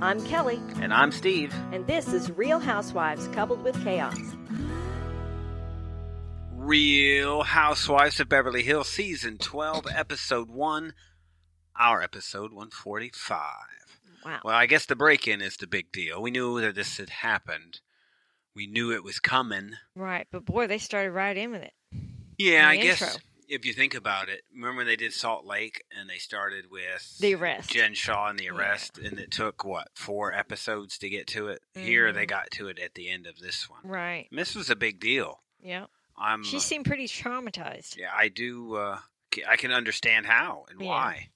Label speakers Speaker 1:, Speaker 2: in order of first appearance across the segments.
Speaker 1: I'm Kelly,
Speaker 2: And I'm Steve.
Speaker 1: and this is Real Housewives Coupled with Chaos.
Speaker 2: Real Housewives of Beverly Hills, Season 12, Episode 1, our episode 145.
Speaker 1: Wow.
Speaker 2: Well, I guess the break in is the big deal. We knew that this had happened, we knew it was coming.
Speaker 1: Right, but boy, they started right in with it.
Speaker 2: Yeah, I
Speaker 1: in the
Speaker 2: guess
Speaker 1: intro.
Speaker 2: if you think about it, remember when they did Salt Lake and they started with
Speaker 1: The arrest.
Speaker 2: Jen Shaw and the
Speaker 1: Yeah.
Speaker 2: arrest, and it took what four episodes to get to it. Here they
Speaker 1: Mhm.
Speaker 2: got to it at the end of this one.
Speaker 1: Right.
Speaker 2: And this was a big deal.
Speaker 1: Yeah.
Speaker 2: I'm
Speaker 1: She
Speaker 2: uh,
Speaker 1: seemed pretty traumatized.
Speaker 2: yeah, I do. Uh, ca- I can understand how and
Speaker 1: Yeah.
Speaker 2: why.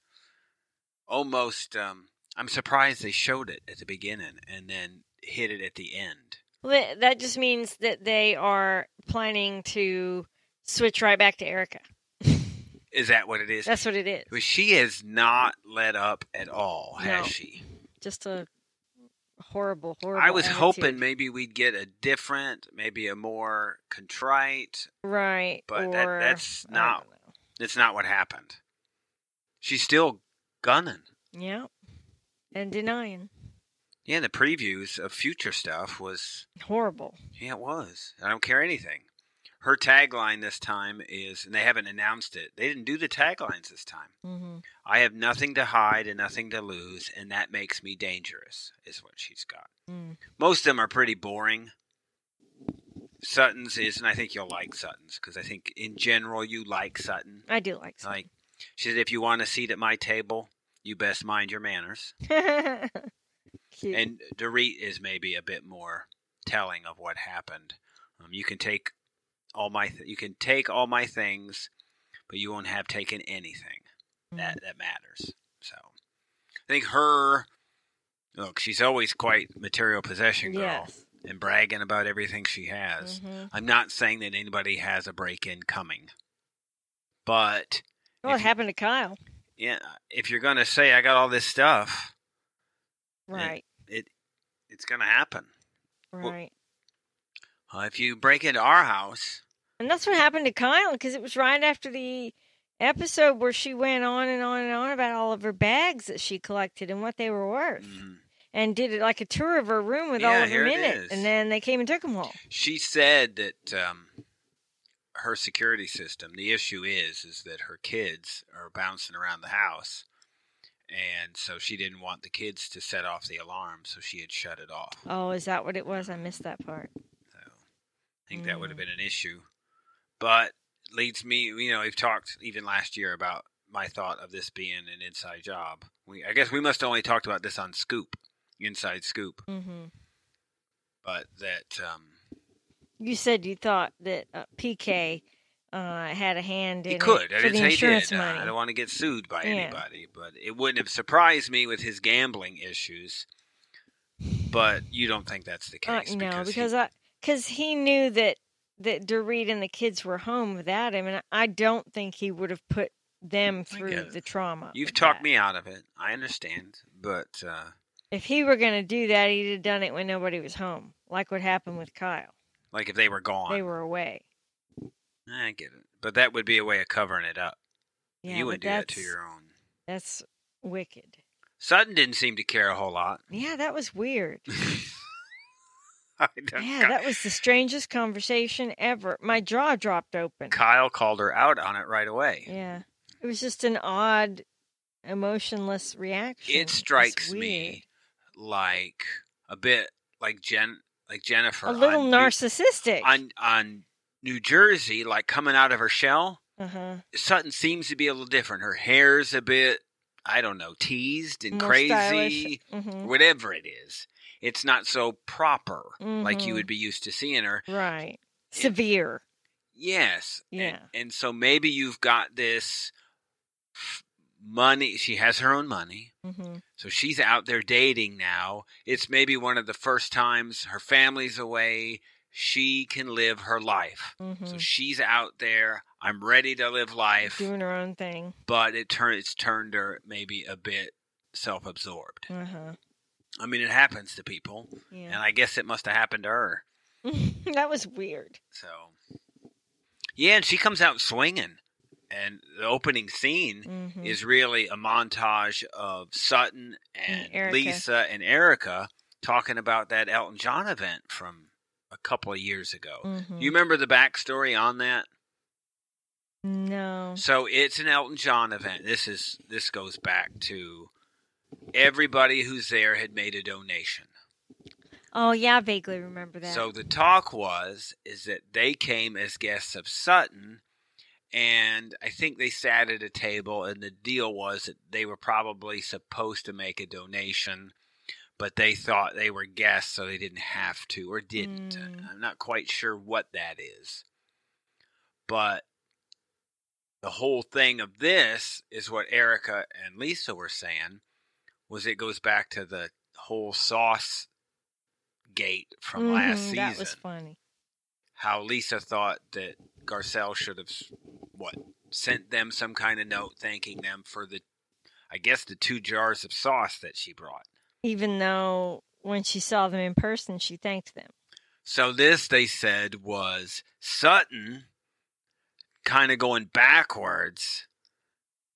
Speaker 2: Almost, um, I'm surprised they showed it at the beginning and then hit it at the end.
Speaker 1: Well, that- That just means that they are planning to switch right back to Erica.
Speaker 2: Is that what it is?
Speaker 1: That's what it is.
Speaker 2: Well, she has not let up at all, has
Speaker 1: No.
Speaker 2: she?
Speaker 1: Just a horrible, horrible.
Speaker 2: I was
Speaker 1: attitude.
Speaker 2: hoping maybe we'd get a different, maybe a more contrite.
Speaker 1: Right.
Speaker 2: but that-
Speaker 1: or-
Speaker 2: that's
Speaker 1: I
Speaker 2: not-
Speaker 1: don't know.
Speaker 2: That's not what happened. She's still gunning.
Speaker 1: Yeah. And denying.
Speaker 2: Yeah, the previews of future stuff was
Speaker 1: Horrible.
Speaker 2: yeah, it was. I don't care anything. Her tagline this time is, and they haven't announced it. They didn't do the taglines this time.
Speaker 1: Mm-hmm.
Speaker 2: I have nothing to hide and nothing to lose, and that makes me dangerous. Is what she's got.
Speaker 1: Mm.
Speaker 2: Most of them are pretty boring. Sutton's is, and I think you'll like Sutton's because I think in general you like Sutton.
Speaker 1: I do like.
Speaker 2: Like she said, if you want a seat at my table, you best mind your manners.
Speaker 1: Like. Cute.
Speaker 2: And Dorit is maybe a bit more telling of what happened. Um, you can take all my th- you can take all my things, but you won't have taken anything that that matters. So I think her look, she's always quite material possession girl
Speaker 1: yes.
Speaker 2: and bragging about everything she has.
Speaker 1: hmm
Speaker 2: I'm not saying that anybody has a break in coming, but
Speaker 1: Well,
Speaker 2: if
Speaker 1: it
Speaker 2: you-
Speaker 1: happened to Kyle.
Speaker 2: yeah, if you're gonna say I got all this stuff, Yeah.
Speaker 1: Right.
Speaker 2: it's gonna happen. well-
Speaker 1: Right.
Speaker 2: Uh, if you break into our house,
Speaker 1: And that's what happened to Kyle because it was right after the episode where she went on and on and on about all of her bags that she collected and what they were worth
Speaker 2: mm,
Speaker 1: and did it like a tour of her room with all
Speaker 2: Yeah,
Speaker 1: of them
Speaker 2: here it
Speaker 1: in it.
Speaker 2: is.
Speaker 1: And then they came and took them all.
Speaker 2: she said that um, her security system. The issue is, is that her kids are bouncing around the house, and so she didn't want the kids to set off the alarm, so she had shut it off.
Speaker 1: Oh, is that what it was? I missed that part.
Speaker 2: So I think that would
Speaker 1: Mm.
Speaker 2: have been an issue. But leads me, you know, we've talked even last year about my thought of this being an inside job. We, I guess we must only talked about this on Scoop, Inside Scoop,
Speaker 1: hmm
Speaker 2: but that, um,
Speaker 1: You said you thought that uh, PK uh, had a hand in
Speaker 2: he
Speaker 1: it
Speaker 2: could. I
Speaker 1: for
Speaker 2: didn't
Speaker 1: the
Speaker 2: say he
Speaker 1: insurance
Speaker 2: did. Uh,
Speaker 1: money.
Speaker 2: I don't want to get sued by
Speaker 1: Yeah.
Speaker 2: anybody, but it wouldn't have surprised me with his gambling issues. But you don't think that's the
Speaker 1: Uh,
Speaker 2: case?
Speaker 1: no,
Speaker 2: he-
Speaker 1: because I because he knew that that Dorit and the kids were home without him, and I don't think he would have put them through
Speaker 2: get it.
Speaker 1: the trauma.
Speaker 2: you've
Speaker 1: of
Speaker 2: talked
Speaker 1: that.
Speaker 2: me out of it. I understand, but uh,
Speaker 1: If he were going to do that, he'd have done it when nobody was home, like what happened with Kyle.
Speaker 2: like if they were gone,
Speaker 1: They were away.
Speaker 2: I get it. But that would be a way of covering it up.
Speaker 1: Yeah,
Speaker 2: you
Speaker 1: but
Speaker 2: wouldn't do
Speaker 1: that's,
Speaker 2: that to your own.
Speaker 1: That's wicked.
Speaker 2: Sutton didn't seem to care a whole lot.
Speaker 1: Yeah, that was weird.
Speaker 2: I don't-
Speaker 1: Yeah,
Speaker 2: Ky-
Speaker 1: that was the strangest conversation ever. My jaw dropped open.
Speaker 2: Kyle called her out on it right away.
Speaker 1: Yeah, it was just an odd, emotionless reaction.
Speaker 2: It
Speaker 1: was
Speaker 2: strikes
Speaker 1: weird.
Speaker 2: me like a bit like Jen, like Jennifer,
Speaker 1: a little
Speaker 2: on
Speaker 1: narcissistic.
Speaker 2: New, on on New Jersey, like coming out of her shell.
Speaker 1: uh-huh.
Speaker 2: Sutton seems to be a little different. Her hair's a bit, I don't know, teased and
Speaker 1: More
Speaker 2: crazy.
Speaker 1: stylish. Mhm.
Speaker 2: whatever it is, it's not so proper like
Speaker 1: Mhm.
Speaker 2: you would be used to seeing her.
Speaker 1: Right. Severe.
Speaker 2: Yes. and-
Speaker 1: Yeah.
Speaker 2: And, so maybe you've got this f- money. She has her own money.
Speaker 1: hmm
Speaker 2: So she's out there dating now. It's maybe one of the first times her family's away. She can live her life.
Speaker 1: hmm
Speaker 2: So she's out there. I'm ready to live life,
Speaker 1: Doing her own thing.
Speaker 2: but it turn it's turned her maybe a bit self-absorbed.
Speaker 1: Uh huh.
Speaker 2: I mean, it happens to people, and
Speaker 1: Yeah.
Speaker 2: I guess it must have happened to her.
Speaker 1: that was weird.
Speaker 2: So, yeah, and she comes out swinging. and the opening scene
Speaker 1: hmm
Speaker 2: is really a montage of Sutton and
Speaker 1: And Erica.
Speaker 2: Lisa and Erica talking about that Elton John event from a couple of years ago.
Speaker 1: mm-hmm.
Speaker 2: Do You remember the backstory on that?
Speaker 1: no.
Speaker 2: So it's an Elton John event. This is this goes back to everybody who's there had made a donation.
Speaker 1: Oh yeah, I vaguely remember that.
Speaker 2: So the talk was is that they came as guests of Sutton, and I think they sat at a table, and the deal was that they were probably supposed to make a donation, but they thought they were guests, so they didn't have to or didn't.
Speaker 1: Mm.
Speaker 2: I'm not quite sure what that is, but the whole thing of this is what Erica and Lisa were saying was it goes back to the whole sauce gate from last
Speaker 1: Mhm,
Speaker 2: season
Speaker 1: that was funny.
Speaker 2: how Lisa thought that Garcelle should have what sent them some kind of note thanking them for the I guess the two jars of sauce that she brought.
Speaker 1: Even though when she saw them in person, she thanked them.
Speaker 2: So this they said was Sutton kind of going backwards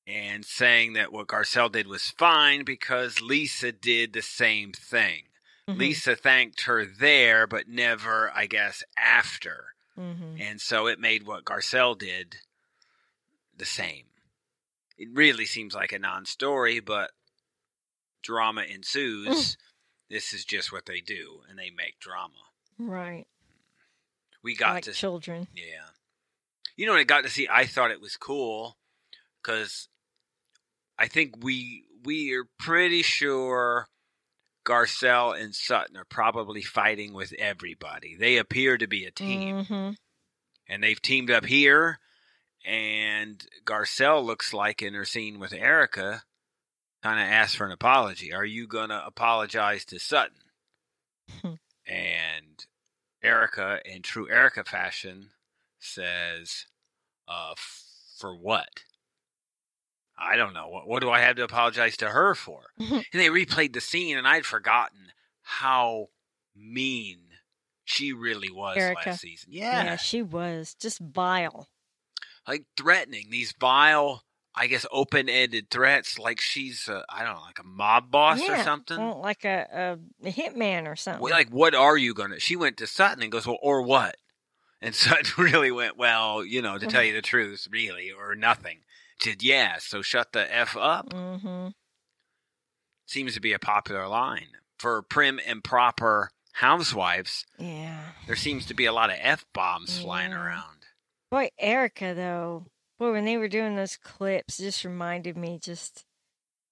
Speaker 2: and saying that what Garcelle did was fine because Lisa did the same thing.
Speaker 1: Mhm,
Speaker 2: Lisa thanked her there but never I guess after.
Speaker 1: mhm.
Speaker 2: And so it made what Garcelle did the same. It really seems like a non story, but drama ensues. this is just what they do, and they make drama.
Speaker 1: Right,
Speaker 2: We got
Speaker 1: like
Speaker 2: to
Speaker 1: children.
Speaker 2: yeah. You know what I got to see? I thought it was cool because I think we we are pretty sure Garcelle and Sutton are probably fighting with everybody. They appear to be a team.
Speaker 1: hmm
Speaker 2: and they've teamed up here. And Garcelle looks like in her scene with Erica, kind of asked for an apology. Are you gonna apologize to Sutton?
Speaker 1: Hmm.
Speaker 2: and Erica, in true Erica fashion, says, "Uh, f- for what? I don't know. What, what do I have to apologize to her for?" and they replayed the scene, and I'd forgotten how mean she really was
Speaker 1: Erica.
Speaker 2: last season.
Speaker 1: Yeah.
Speaker 2: yeah,
Speaker 1: she was just vile.
Speaker 2: like threatening these vile, I guess, open-ended threats. Like she's, I I don't know, like a mob boss or
Speaker 1: Yeah,
Speaker 2: something.
Speaker 1: well, like a, a hitman or something.
Speaker 2: Well, like, what are you gonna? She went to Sutton and goes, well, or what? And Sutton really went, well, you know, to tell
Speaker 1: Mm-hmm.
Speaker 2: you the truth, really, or nothing. She Said, yeah, so shut the f up.
Speaker 1: hmm
Speaker 2: Seems to be a popular line for prim and proper housewives.
Speaker 1: Yeah.
Speaker 2: There seems to be a lot of f bombs flying
Speaker 1: Yeah.
Speaker 2: around.
Speaker 1: Boy, Erica though. Boy, when they were doing those clips, it just reminded me just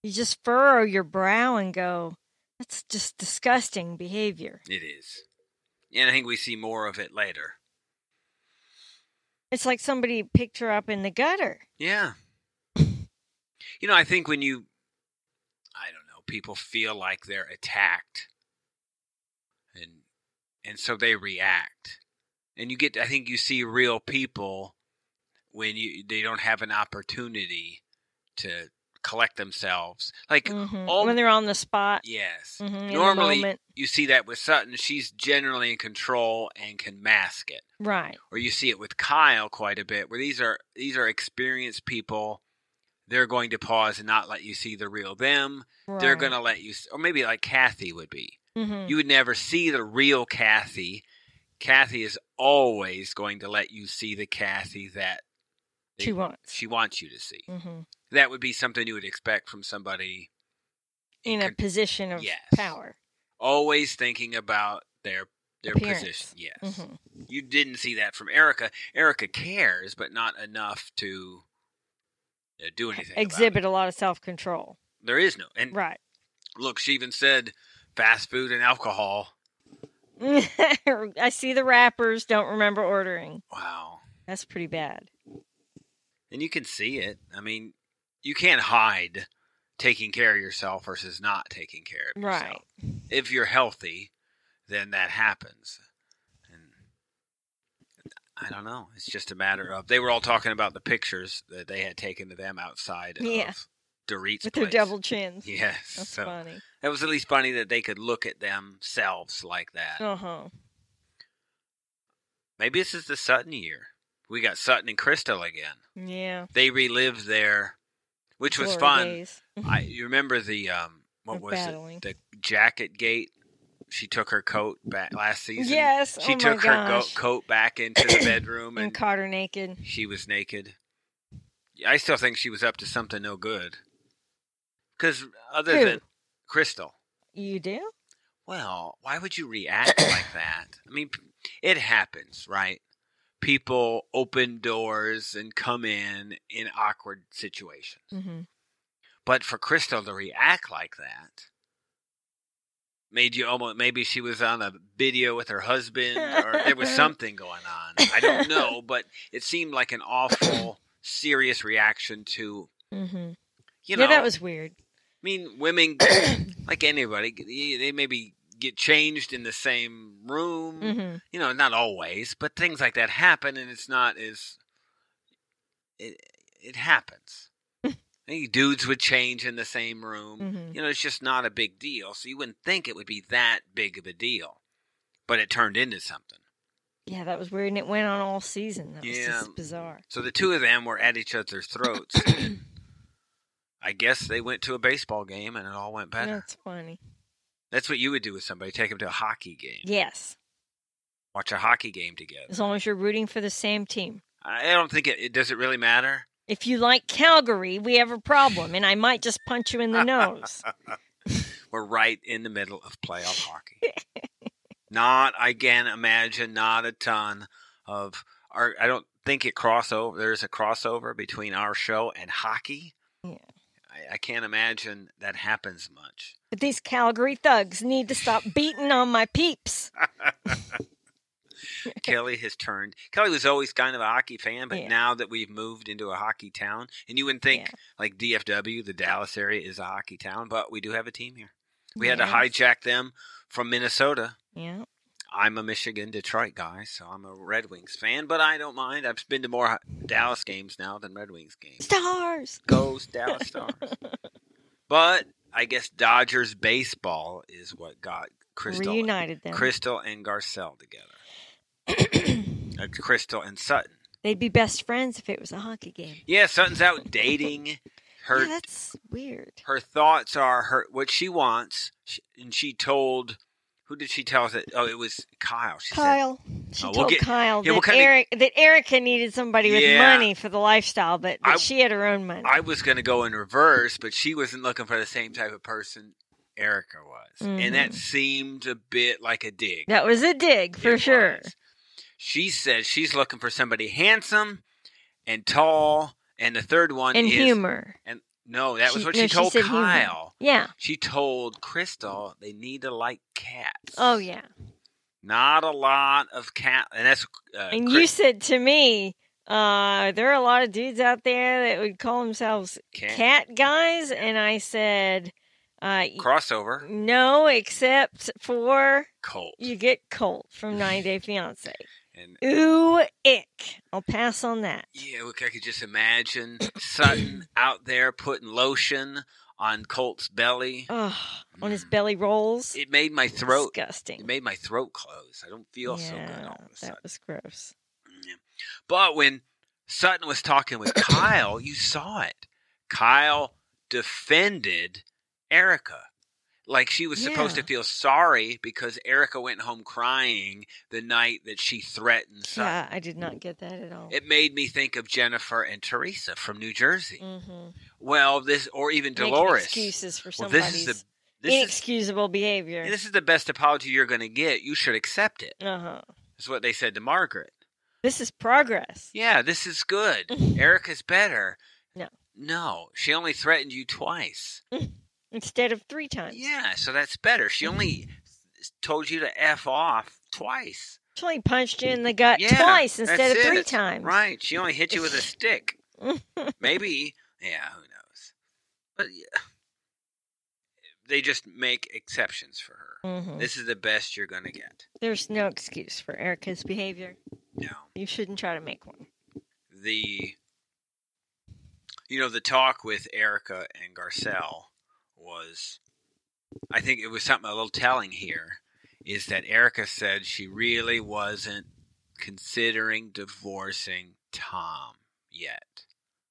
Speaker 1: you just furrow your brow and go, That's just disgusting behavior.
Speaker 2: It is, and I think we see more of it later.
Speaker 1: It's like somebody picked her up in the gutter.
Speaker 2: Yeah. You know, I think when you, I don't know, people feel like they're attacked, and and so they react, and you get. I think you see real people when you they don't have an opportunity to collect themselves. Like
Speaker 1: Mhm.
Speaker 2: all-
Speaker 1: when they're on the spot.
Speaker 2: Mm-hmm. Um, yes,
Speaker 1: mhm, in the
Speaker 2: normally
Speaker 1: moment.
Speaker 2: you see that with Sutton. She's generally in control and can mask it
Speaker 1: Right.
Speaker 2: or you see it with Kyle quite a bit, where these are these are experienced people. They're going to pause and not let you see the real them.
Speaker 1: right.
Speaker 2: They're going to let you, s- or maybe like Kathy would be.
Speaker 1: Mhm.
Speaker 2: You would never see the real Kathy. Kathy is always going to let you see the Kathy that they-
Speaker 1: she wants.
Speaker 2: she wants you to see.
Speaker 1: Mhm.
Speaker 2: That would be something you would expect from somebody
Speaker 1: In a
Speaker 2: con-
Speaker 1: position of
Speaker 2: Yes.
Speaker 1: power.
Speaker 2: always thinking about their their
Speaker 1: Appearance.
Speaker 2: position. Yes.
Speaker 1: hmm
Speaker 2: you didn't see that from Erica. Erica cares, but not enough to uh, do anything. about it.
Speaker 1: Exhibit a lot of self control.
Speaker 2: There is no. And
Speaker 1: Right.
Speaker 2: look, she even said fast food and alcohol.
Speaker 1: I see the rappers don't remember ordering.
Speaker 2: Wow.
Speaker 1: That's pretty bad.
Speaker 2: And you can see it. I mean, you can't hide taking care of yourself versus not taking care of yourself.
Speaker 1: Right.
Speaker 2: If you're healthy, then that happens. And I don't know. It's just a matter of they were all talking about the pictures that they had taken to them outside
Speaker 1: Yeah.
Speaker 2: of Dorit's
Speaker 1: With their
Speaker 2: place.
Speaker 1: double chins.
Speaker 2: Yes.
Speaker 1: That's
Speaker 2: so
Speaker 1: funny.
Speaker 2: it was at least funny that they could look at themselves like that.
Speaker 1: Uh huh.
Speaker 2: Maybe this is the Sutton year. we got Sutton and Crystal again.
Speaker 1: Yeah.
Speaker 2: They relived their, which was
Speaker 1: glory
Speaker 2: fun.
Speaker 1: days.
Speaker 2: I you remember the um what
Speaker 1: Of
Speaker 2: was
Speaker 1: battling.
Speaker 2: it the jacket gate? She took her coat back last season.
Speaker 1: Yes.
Speaker 2: she
Speaker 1: oh
Speaker 2: took
Speaker 1: my
Speaker 2: her go-
Speaker 1: gosh.
Speaker 2: coat back into the bedroom
Speaker 1: and
Speaker 2: and
Speaker 1: caught her naked.
Speaker 2: she was naked. I still think she was up to something no good. Because other
Speaker 1: Who?
Speaker 2: than Crystal,
Speaker 1: You do?
Speaker 2: well, why would you react like that? I mean, p- it happens, right? People open doors and come in in awkward situations.
Speaker 1: Mm-hmm.
Speaker 2: But for Crystal to react like that made you almost maybe she was on a video with her husband or there was something going on. I don't know, but it seemed like an awful serious reaction to
Speaker 1: Mm-hmm.
Speaker 2: you know
Speaker 1: yeah, that was weird.
Speaker 2: I mean, women, like anybody, they they maybe get changed in the same room.
Speaker 1: Mm-hmm.
Speaker 2: You know, not always, but things like that happen, and it's not as it it happens. I think dudes would change in the same room.
Speaker 1: Mm-hmm.
Speaker 2: You know, it's just not a big deal. So you wouldn't think it would be that big of a deal, but it turned into something.
Speaker 1: Yeah, that was weird, and it went on all season. That was
Speaker 2: Yeah.
Speaker 1: just bizarre.
Speaker 2: So the two of them were at each other's throats. I guess they went to a baseball game, and it all went better.
Speaker 1: That's funny.
Speaker 2: That's what you would do with somebody. Take them to a hockey game.
Speaker 1: Yes,
Speaker 2: Watch a hockey game together.
Speaker 1: as long as you're rooting for the same team.
Speaker 2: I I don't think it, it does. It really matter.
Speaker 1: If you like Calgary, we have a problem, and I might just punch you in the nose.
Speaker 2: We're right in the middle of playoff hockey. not I can imagine. Not a ton of. Our, I don't think it crossover. There's a crossover between our show and hockey.
Speaker 1: Yeah.
Speaker 2: I, I can't imagine that happens much.
Speaker 1: But these Calgary thugs need to stop beating on my peeps.
Speaker 2: Kelly has turned. Kelly was always kind of a hockey fan, but
Speaker 1: Yeah.
Speaker 2: now that we've moved into a hockey town, and you wouldn't think
Speaker 1: Yeah.
Speaker 2: like DFW, the Dallas area, is a hockey town, but we do have a team here. We had to
Speaker 1: Yes.
Speaker 2: hijack them from Minnesota.
Speaker 1: Yeah.
Speaker 2: I'm a Michigan Detroit guy, so I'm a Red Wings fan, but I don't mind. I've been to more Dallas games now than Red Wings games.
Speaker 1: Stars.
Speaker 2: Goes Dallas Stars. But I guess Dodgers baseball is what got Crystal,
Speaker 1: Reunited them.
Speaker 2: Crystal and Garcelle together. Uh, Crystal and Sutton.
Speaker 1: They'd be best friends if it was a hockey game.
Speaker 2: Yeah, Sutton's out dating. Her
Speaker 1: yeah, that's weird.
Speaker 2: her thoughts are her what she wants, she, and she told who did she tell that? Oh, it was Kyle. She said
Speaker 1: Kyle. She
Speaker 2: Oh, we'll
Speaker 1: told
Speaker 2: get-
Speaker 1: Kyle
Speaker 2: yeah, we'll
Speaker 1: that,
Speaker 2: kinda-
Speaker 1: Eric, that Erica needed somebody with
Speaker 2: Yeah.
Speaker 1: money for the lifestyle, but that
Speaker 2: I-
Speaker 1: she had her own money.
Speaker 2: I was going to go in reverse, but she wasn't looking for the same type of person Erica was,
Speaker 1: Mhm.
Speaker 2: and that seemed a bit like a dig.
Speaker 1: that was a dig for
Speaker 2: It
Speaker 1: sure.
Speaker 2: was. She says she's looking for somebody handsome and tall, and the third one
Speaker 1: And
Speaker 2: is
Speaker 1: humor.
Speaker 2: And no, that was
Speaker 1: She-
Speaker 2: what
Speaker 1: no,
Speaker 2: she
Speaker 1: she
Speaker 2: told
Speaker 1: said humor.
Speaker 2: Kyle.
Speaker 1: Yeah.
Speaker 2: She told Crystal they need to like cats.
Speaker 1: Oh yeah.
Speaker 2: Not a lot of cat, and that's. Uh,
Speaker 1: And
Speaker 2: Chris-
Speaker 1: you said to me, uh, there are a lot of dudes out there that would call themselves
Speaker 2: cat,
Speaker 1: cat guys, and I said, uh, y-
Speaker 2: crossover
Speaker 1: no, except for
Speaker 2: Colt,
Speaker 1: you get Colt from 90 Day Fiance.
Speaker 2: and
Speaker 1: Ooh, ick. I'll pass on that.
Speaker 2: yeah, look, I could just imagine Sutton out there putting lotion on Colt's belly.
Speaker 1: Ugh, on his
Speaker 2: Mm.
Speaker 1: belly rolls.
Speaker 2: It made my throat.
Speaker 1: Disgusting.
Speaker 2: It made my throat close. I don't feel so good all of a sudden.
Speaker 1: that was gross.
Speaker 2: Yeah. But when Sutton was talking with Kyle, you saw it. Kyle defended Erica. Like she was supposed
Speaker 1: Yeah.
Speaker 2: to feel sorry because Erica went home crying the night that she threatened Sutton.
Speaker 1: Yeah, I did not get that at all.
Speaker 2: It made me think of Jennifer and Teresa from New Jersey.
Speaker 1: mm-hmm.
Speaker 2: Well, this or even Dolores.
Speaker 1: excuses for
Speaker 2: Well,
Speaker 1: somebody's
Speaker 2: this is the this is,
Speaker 1: inexcusable behavior.
Speaker 2: this is the best apology you're going to get. You should accept it.
Speaker 1: uh huh.
Speaker 2: That's what they said to Margaret.
Speaker 1: This is progress.
Speaker 2: Yeah, this is good. Erica's better.
Speaker 1: No.
Speaker 2: No, she only threatened you twice.
Speaker 1: Instead of three times.
Speaker 2: Yeah, so that's better. She
Speaker 1: Mm-hmm.
Speaker 2: only s- told you to F off twice.
Speaker 1: She only punched you in the gut
Speaker 2: Yeah,
Speaker 1: twice instead
Speaker 2: that's
Speaker 1: of three
Speaker 2: it.
Speaker 1: times.
Speaker 2: Right. She only hit you with a stick. Maybe. Yeah, who knows? But yeah. They just make exceptions for her.
Speaker 1: Mhm.
Speaker 2: This is the best you're going to get.
Speaker 1: There's no excuse for Erica's behavior.
Speaker 2: No.
Speaker 1: You shouldn't try to make one.
Speaker 2: the you know the talk with Erica and Garcelle was I think it was something a little telling here is that Erica said she really wasn't considering divorcing Tom yet.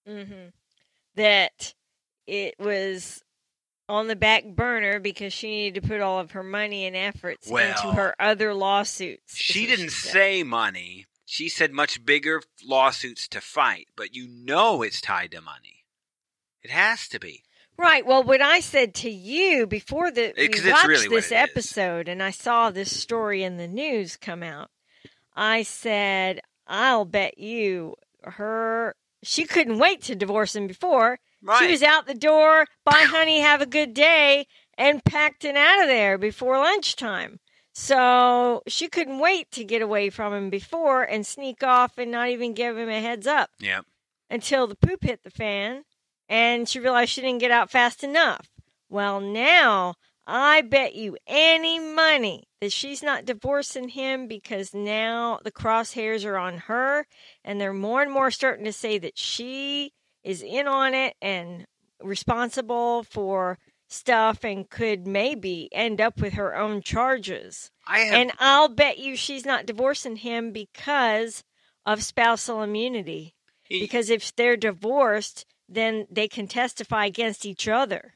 Speaker 1: Mm-hmm. That it was on the back burner because she needed to put all of her money and efforts
Speaker 2: Well,
Speaker 1: into her other lawsuits. is
Speaker 2: She
Speaker 1: what
Speaker 2: didn't
Speaker 1: said.
Speaker 2: say money. She said much bigger lawsuits to fight, but you know it's tied to money. It has to be.
Speaker 1: Right. Well, what I said to you before the
Speaker 2: It-
Speaker 1: we
Speaker 2: 'cause it's
Speaker 1: watched
Speaker 2: really what
Speaker 1: this
Speaker 2: it is.
Speaker 1: episode and I saw this story in the news come out, I said, I'll bet you her she couldn't wait to divorce him before.
Speaker 2: Right.
Speaker 1: She was out the door, bye honey, have a good day, and packed and out of there before lunchtime. So she couldn't wait to get away from him before and sneak off and not even give him a heads up
Speaker 2: yeah.
Speaker 1: until the poop hit the fan and she realized she didn't get out fast enough. Well, now I bet you any money that she's not divorcing him because now the crosshairs are on her and they're more and more starting to say that she is in on it and responsible for stuff and could maybe end up with her own charges.
Speaker 2: I have
Speaker 1: And I'll bet you she's not divorcing him because of spousal immunity.
Speaker 2: y-
Speaker 1: Because if they're divorced, then they can testify against each other.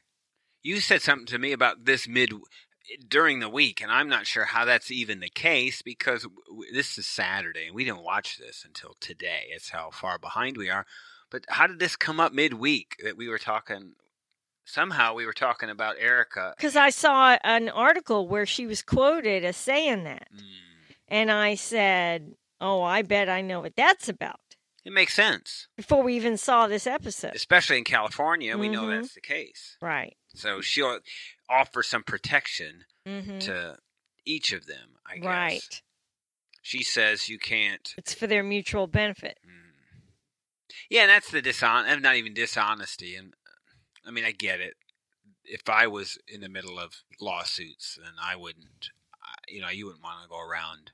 Speaker 2: you said something to me about this mid during the week and I'm not sure how that's even the case because w- w- this is Saturday and we didn't watch this until today. It's how far behind we are. But how did this come up midweek that we were talking somehow we were talking about Erica?
Speaker 1: Because I saw an article where she was quoted as saying that.
Speaker 2: Mm,
Speaker 1: And I said, Oh, I bet I know what that's about
Speaker 2: it makes sense.
Speaker 1: before we even saw this episode.
Speaker 2: especially in California, we know
Speaker 1: Mhm.
Speaker 2: that's the case.
Speaker 1: Right.
Speaker 2: So she'll offer some protection
Speaker 1: hmm
Speaker 2: to each of them, I guess.
Speaker 1: Right.
Speaker 2: She says you can't.
Speaker 1: It's for their mutual benefit.
Speaker 2: Mm. Yeah, and that's the dishon. and Not even dishonesty. And I mean, I get it. If I was in the middle of lawsuits, then I wouldn't. I- You know, you wouldn't want to go around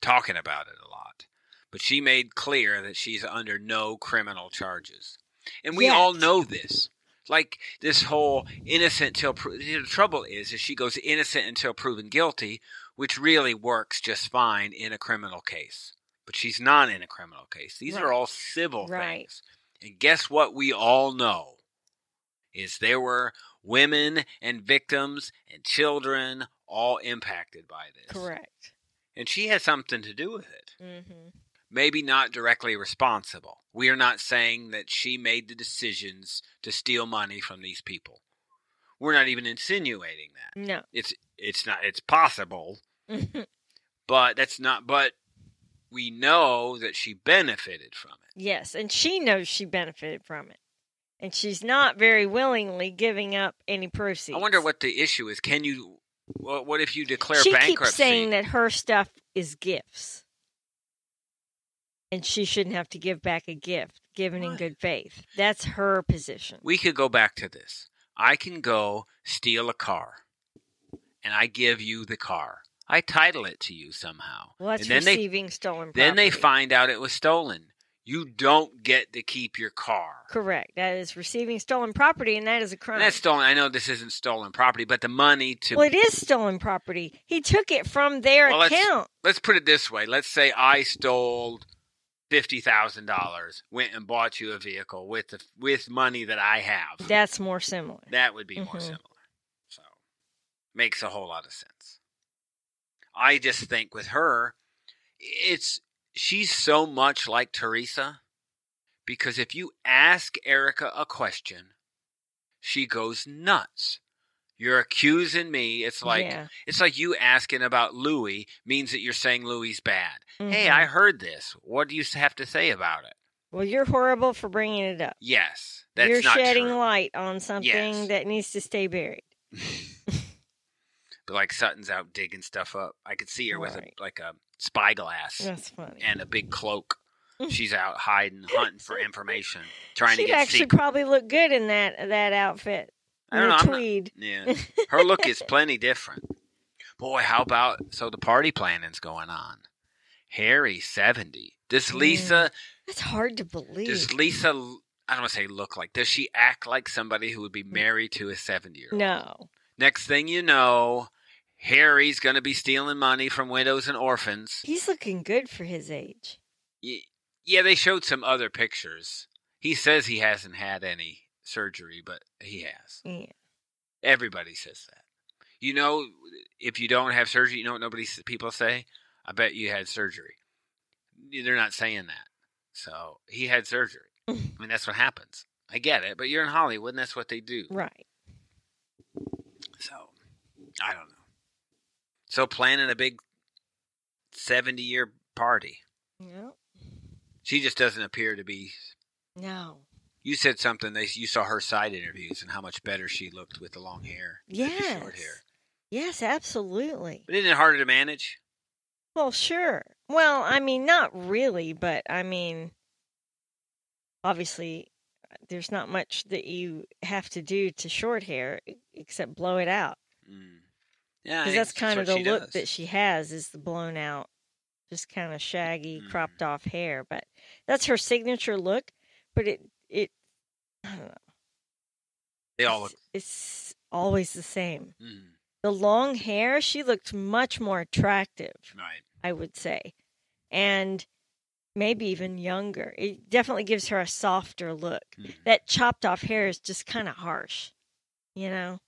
Speaker 2: talking about it a lot. But she made clear that she's under no criminal charges, and we
Speaker 1: Yet.
Speaker 2: all know this. Like this whole innocent till pro- the trouble is, is she goes innocent until proven guilty, which really works just fine in a criminal case. But she's not in a criminal case. These are
Speaker 1: Right.
Speaker 2: all civil
Speaker 1: Right.
Speaker 2: things. And guess what? We all know is there were women and victims and children all impacted by this.
Speaker 1: Correct.
Speaker 2: And she has something to do with it.
Speaker 1: hmm
Speaker 2: Maybe not directly responsible. We are not saying that she made the decisions to steal money from these people. We're not even insinuating that.
Speaker 1: No. Mm-hmm.
Speaker 2: It's it's not it's possible, but that's not but we know that she benefited from it.
Speaker 1: Yes, and she knows she benefited from it. And she's not very willingly giving up any proceeds.
Speaker 2: I wonder what the issue is. Can you? What, what if you declare
Speaker 1: she
Speaker 2: bankruptcy?
Speaker 1: keeps saying that her stuff is gifts. And she shouldn't have to give back a gift given in
Speaker 2: Right.
Speaker 1: good faith. That's her position.
Speaker 2: we could go back to this. I can go steal a car, and I give you the car. I title it to you somehow.
Speaker 1: Well, that's
Speaker 2: and then they
Speaker 1: receiving stolen property.
Speaker 2: then they find out it was stolen. You don't get to keep your car.
Speaker 1: Correct. That is receiving stolen property, and that is a crime.
Speaker 2: And that's stolen. I know this isn't stolen property, but the money to
Speaker 1: well, it is stolen property. He took it from their
Speaker 2: Well, let's-
Speaker 1: account.
Speaker 2: let's put it this way. Let's say I stole fifty thousand dollars, went and bought you a vehicle with the with money that I have.
Speaker 1: That's more similar.
Speaker 2: That would be more
Speaker 1: Mhm.
Speaker 2: similar. So makes a whole lot of sense. I just think with her, it's she's so much like Teresa because if you ask Erica a question, she goes nuts. You're accusing me. It's like
Speaker 1: yeah.
Speaker 2: it's like you asking about Louis means that you're saying Louis bad. Hey,
Speaker 1: Mhm.
Speaker 2: I heard this. What do you have to say about it?
Speaker 1: Well, you're horrible for bringing it up.
Speaker 2: Yes, that's
Speaker 1: You're
Speaker 2: not
Speaker 1: shedding
Speaker 2: true.
Speaker 1: light on something
Speaker 2: Yes.
Speaker 1: that needs to stay buried.
Speaker 2: But like Sutton's out digging stuff up. I could see her with
Speaker 1: Right.
Speaker 2: a, like a spyglass
Speaker 1: That's funny.
Speaker 2: and a big cloak. She's out hiding, hunting for information, trying
Speaker 1: She'd
Speaker 2: to get
Speaker 1: actually
Speaker 2: secret.
Speaker 1: probably look good in that that outfit.
Speaker 2: I don't know.
Speaker 1: The
Speaker 2: I'm not-
Speaker 1: tweed.
Speaker 2: yeah, her look is plenty different. Boy, how about so the party planning's going on. Harry seventy. Does Lisa?
Speaker 1: That's hard to believe.
Speaker 2: Does Lisa? I don't want to say look like. Does she act like somebody who would be married to a seventy year old?
Speaker 1: no.
Speaker 2: Next thing you know, Harry's going to be stealing money from widows and orphans.
Speaker 1: He's looking good for his age.
Speaker 2: Y- Yeah, they showed some other pictures. He says he hasn't had any surgery, but he has.
Speaker 1: Yeah.
Speaker 2: Everybody says that. You know, if you don't have surgery, you know what nobody s- people say. I bet you had surgery. They're not saying that. So he had surgery. I mean, that's what happens. I get it, but you're in Hollywood, and that's what they do.
Speaker 1: Right.
Speaker 2: So I don't know. So planning a big seventy-year party.
Speaker 1: No.
Speaker 2: She just doesn't appear to be
Speaker 1: No.
Speaker 2: You said something. They you saw her side interviews and how much better she looked with the long hair, than the
Speaker 1: Yes.
Speaker 2: short hair.
Speaker 1: Yes, absolutely.
Speaker 2: But isn't it harder to manage?
Speaker 1: Well, sure. Well, I mean, not really, but I mean, obviously, uh, there's not much that you have to do to short hair e- except blow it out.
Speaker 2: Mm. Yeah,
Speaker 1: Because
Speaker 2: I think
Speaker 1: that's kind of
Speaker 2: what
Speaker 1: the
Speaker 2: she
Speaker 1: look
Speaker 2: does.
Speaker 1: that she has is the blown out, just kind of shaggy,
Speaker 2: Mhm.
Speaker 1: cropped off hair. But that's her signature look. But it, it, I don't know.
Speaker 2: they all look.
Speaker 1: it's- it's always the same.
Speaker 2: Mm,
Speaker 1: The long hair, she looked much more attractive.
Speaker 2: right.
Speaker 1: I would say, and maybe even younger. It definitely gives her a softer look.
Speaker 2: Mm.
Speaker 1: That chopped off hair is just kind of harsh, you know?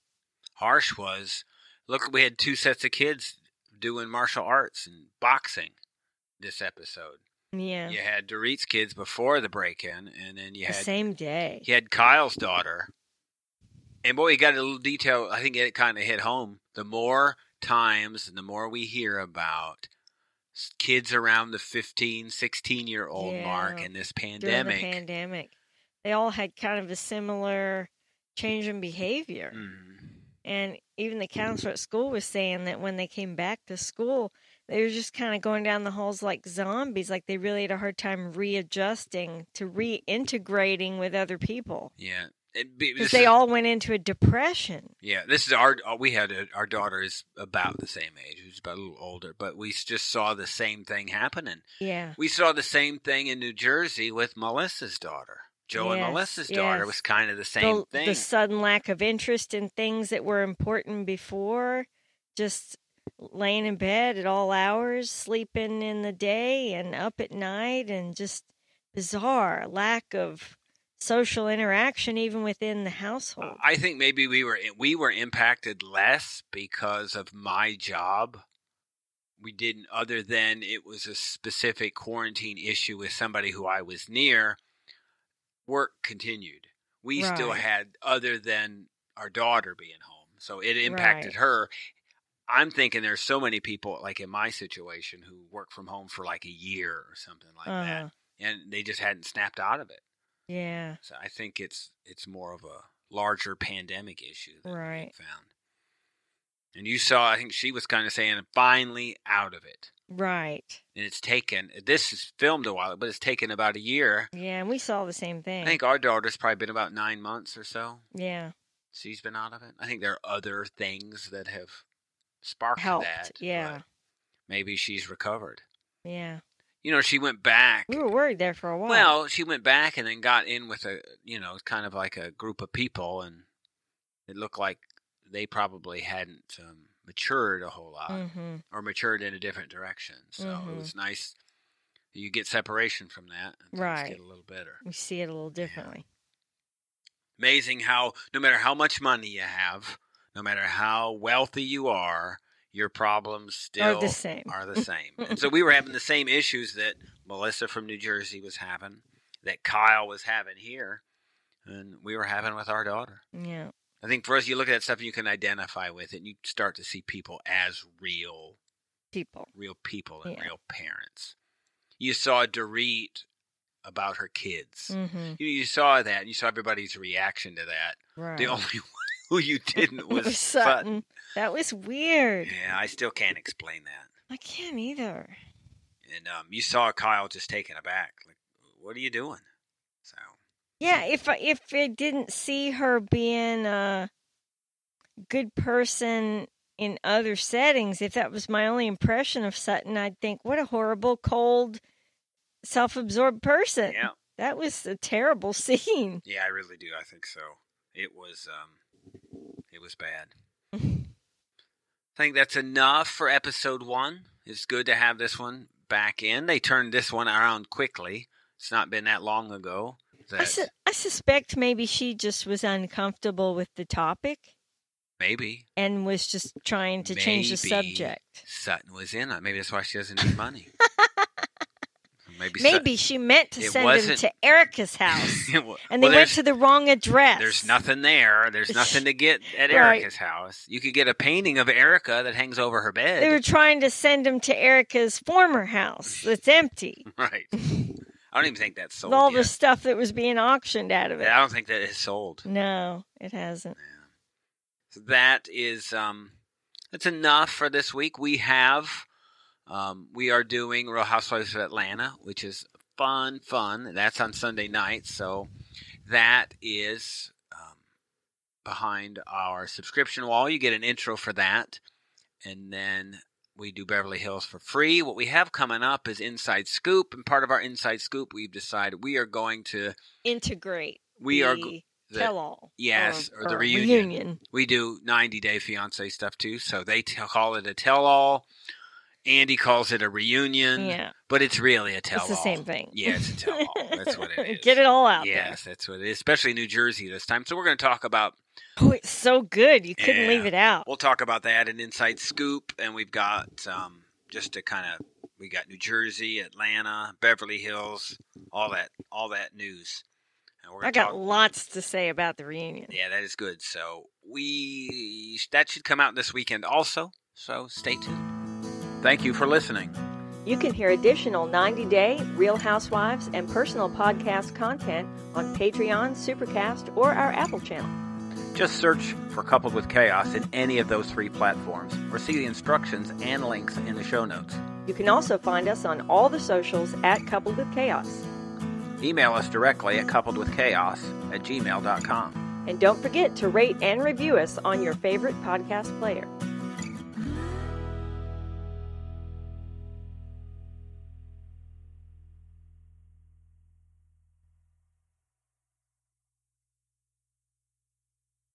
Speaker 2: Harsh was. Look, we had two sets of kids doing martial arts and boxing this episode.
Speaker 1: Yeah.
Speaker 2: You had Dorit's kids before the break-in, and then you
Speaker 1: the
Speaker 2: had
Speaker 1: same day.
Speaker 2: He had Kyle's daughter. And boy, he got a little detail. I think it kind of hit home. The more times and the more we hear about s- kids around the 15, 16 year old
Speaker 1: Yeah.
Speaker 2: mark in this
Speaker 1: During the
Speaker 2: pandemic.
Speaker 1: pandemic. They all had kind of a similar change in behavior.
Speaker 2: Mhm.
Speaker 1: And even the counselor at school was saying that when they came back to school, they were just kind of going down the halls like zombies, like they really had a hard time readjusting to reintegrating with other people.
Speaker 2: Yeah. It be-
Speaker 1: because
Speaker 2: this
Speaker 1: they
Speaker 2: is-
Speaker 1: all went into a depression.
Speaker 2: yeah, this is our. uh, We had a, our daughter is about the same age. She's about a little older, but we s- just saw the same thing happening.
Speaker 1: Yeah,
Speaker 2: We saw the same thing in New Jersey with Melissa's daughter. Joe
Speaker 1: Yes,
Speaker 2: and Melissa's daughter
Speaker 1: yes.
Speaker 2: was kind of the same
Speaker 1: the,
Speaker 2: thing.
Speaker 1: the sudden lack of interest in things that were important before, just laying in bed at all hours, sleeping in the day and up at night, and just bizarre lack of social interaction even within
Speaker 2: Oh,
Speaker 1: the household.
Speaker 2: I think maybe we were we were impacted less because of my job. We didn't, other than it was a specific quarantine issue with somebody who I was near. Work continued. We still
Speaker 1: Right.
Speaker 2: had, other than our daughter being home, so it impacted
Speaker 1: Right.
Speaker 2: her. I'm thinking there's so many people like in my situation who work from home for like a year or something like
Speaker 1: Uh,
Speaker 2: that, and they just hadn't snapped out of it.
Speaker 1: yeah,
Speaker 2: So I think it's it's more of a larger pandemic issue that
Speaker 1: Right.
Speaker 2: we found. And you saw, I think she was kind of saying, "I'm finally out of it.
Speaker 1: right.
Speaker 2: And it's taken. This is filmed a while, but it's taken about a year.
Speaker 1: Yeah, and we saw the same thing.
Speaker 2: I think our daughter's probably been about nine months or so.
Speaker 1: yeah,
Speaker 2: She's been out of it. I think there are other things that have sparked
Speaker 1: helped.
Speaker 2: that.
Speaker 1: yeah,
Speaker 2: but maybe she's recovered.
Speaker 1: yeah.
Speaker 2: You know, she went back.
Speaker 1: We were worried there for a while.
Speaker 2: Well, she went back and then got in with a, you know, kind of like a group of people, and it looked like they probably hadn't um, matured a whole lot
Speaker 1: hmm
Speaker 2: or matured in a different direction. So
Speaker 1: Mhm.
Speaker 2: it was nice. You get separation from that, and things
Speaker 1: Right.
Speaker 2: Get a little better.
Speaker 1: we see it a little differently.
Speaker 2: Amazing how no matter how much money you have, no matter how wealthy you are, your problems still
Speaker 1: Are the same.
Speaker 2: are the same. and so we were having the same issues that Melissa from New Jersey was having, that Kyle was having here, and we were having with our daughter.
Speaker 1: Yeah.
Speaker 2: I think for us, you look at that stuff and you can identify with it, and you start to see people as real,
Speaker 1: people.
Speaker 2: real people and
Speaker 1: Yeah.
Speaker 2: real parents. You saw Dorit about her kids.
Speaker 1: Mm-hmm.
Speaker 2: You, you saw that, and you saw everybody's reaction to that.
Speaker 1: Right.
Speaker 2: The only one who you didn't was,
Speaker 1: was
Speaker 2: Sutton.
Speaker 1: Sutton. That was weird.
Speaker 2: Yeah, I still can't explain that.
Speaker 1: I can't either.
Speaker 2: And um, you saw Kyle just taken aback. Like, what are you doing? So,
Speaker 1: Yeah, if I- if I didn't see her being a good person in other settings, if that was my only impression of Sutton, I'd think, what a horrible, cold, self-absorbed person.
Speaker 2: yeah,
Speaker 1: That was a terrible scene.
Speaker 2: yeah, I really do. I think so. It was, um, it was bad. I think that's enough for episode one. It's good to have this one back in. They turned this one around quickly. It's not been that long ago.
Speaker 1: I,
Speaker 2: That
Speaker 1: su- I suspect maybe she just was uncomfortable with the topic
Speaker 2: maybe
Speaker 1: and was just trying to change the
Speaker 2: Maybe.
Speaker 1: subject.
Speaker 2: Sutton was in on. it. Maybe that's why she doesn't need money. maybe Sut-
Speaker 1: Maybe she meant to
Speaker 2: It
Speaker 1: send him
Speaker 2: wasn't-
Speaker 1: to Erica's house
Speaker 2: Well,
Speaker 1: and they went
Speaker 2: there's-
Speaker 1: to the wrong address.
Speaker 2: There's nothing there. There's nothing to get at
Speaker 1: Right.
Speaker 2: Erica's house. You could get a painting of Erica that hangs over her bed.
Speaker 1: They were trying to send him to Erica's former house that's empty.
Speaker 2: Right. I don't even think that's sold.
Speaker 1: with all the
Speaker 2: yet.
Speaker 1: stuff that was being auctioned out of it.
Speaker 2: I don't think that is sold.
Speaker 1: No, it hasn't.
Speaker 2: So that is um that's enough for this week. We have um we are doing Real Housewives of Atlanta, which is fun, fun. That's on Sunday night, so that is um, behind our subscription wall. You get an intro for that, and then we do Beverly Hills for free. What we have coming up is Inside Scoop, and part of our Inside Scoop, we've decided we are going to
Speaker 1: Integrate.
Speaker 2: we are go-
Speaker 1: the
Speaker 2: the-
Speaker 1: tell all.
Speaker 2: yes, or the reunion. we do 90 day fiance stuff too so they t- call it a tell all andy calls it a reunion
Speaker 1: Yeah,
Speaker 2: but it's really a tell
Speaker 1: it's
Speaker 2: all
Speaker 1: the same thing.
Speaker 2: yeah it's a tell all that's what it is
Speaker 1: Get it all out
Speaker 2: yes that's what it is especially new jersey this time so we're going to talk about
Speaker 1: there. Oh, it's so good. You couldn't
Speaker 2: Yeah.
Speaker 1: leave it out.
Speaker 2: we'll talk about that in inside scoop and we've got um, just to kind of we got new jersey atlanta beverly hills all that all that news and we're
Speaker 1: I
Speaker 2: gonna
Speaker 1: got
Speaker 2: talk-
Speaker 1: lots to say about the reunion.
Speaker 2: yeah that is good so we that should come out this weekend also so stay tuned thank you for listening
Speaker 1: You can hear additional 90 day Real Housewives and personal podcast content on Patreon, Supercast, or our Apple channel.
Speaker 2: just search for coupled with chaos in any of those three platforms or see the instructions and links in the show notes
Speaker 1: You can also find us on all the socials at Coupled with Chaos.
Speaker 2: email us directly at coupledwithchaos at gmail.com
Speaker 1: And don't forget to rate and review us on your favorite podcast player.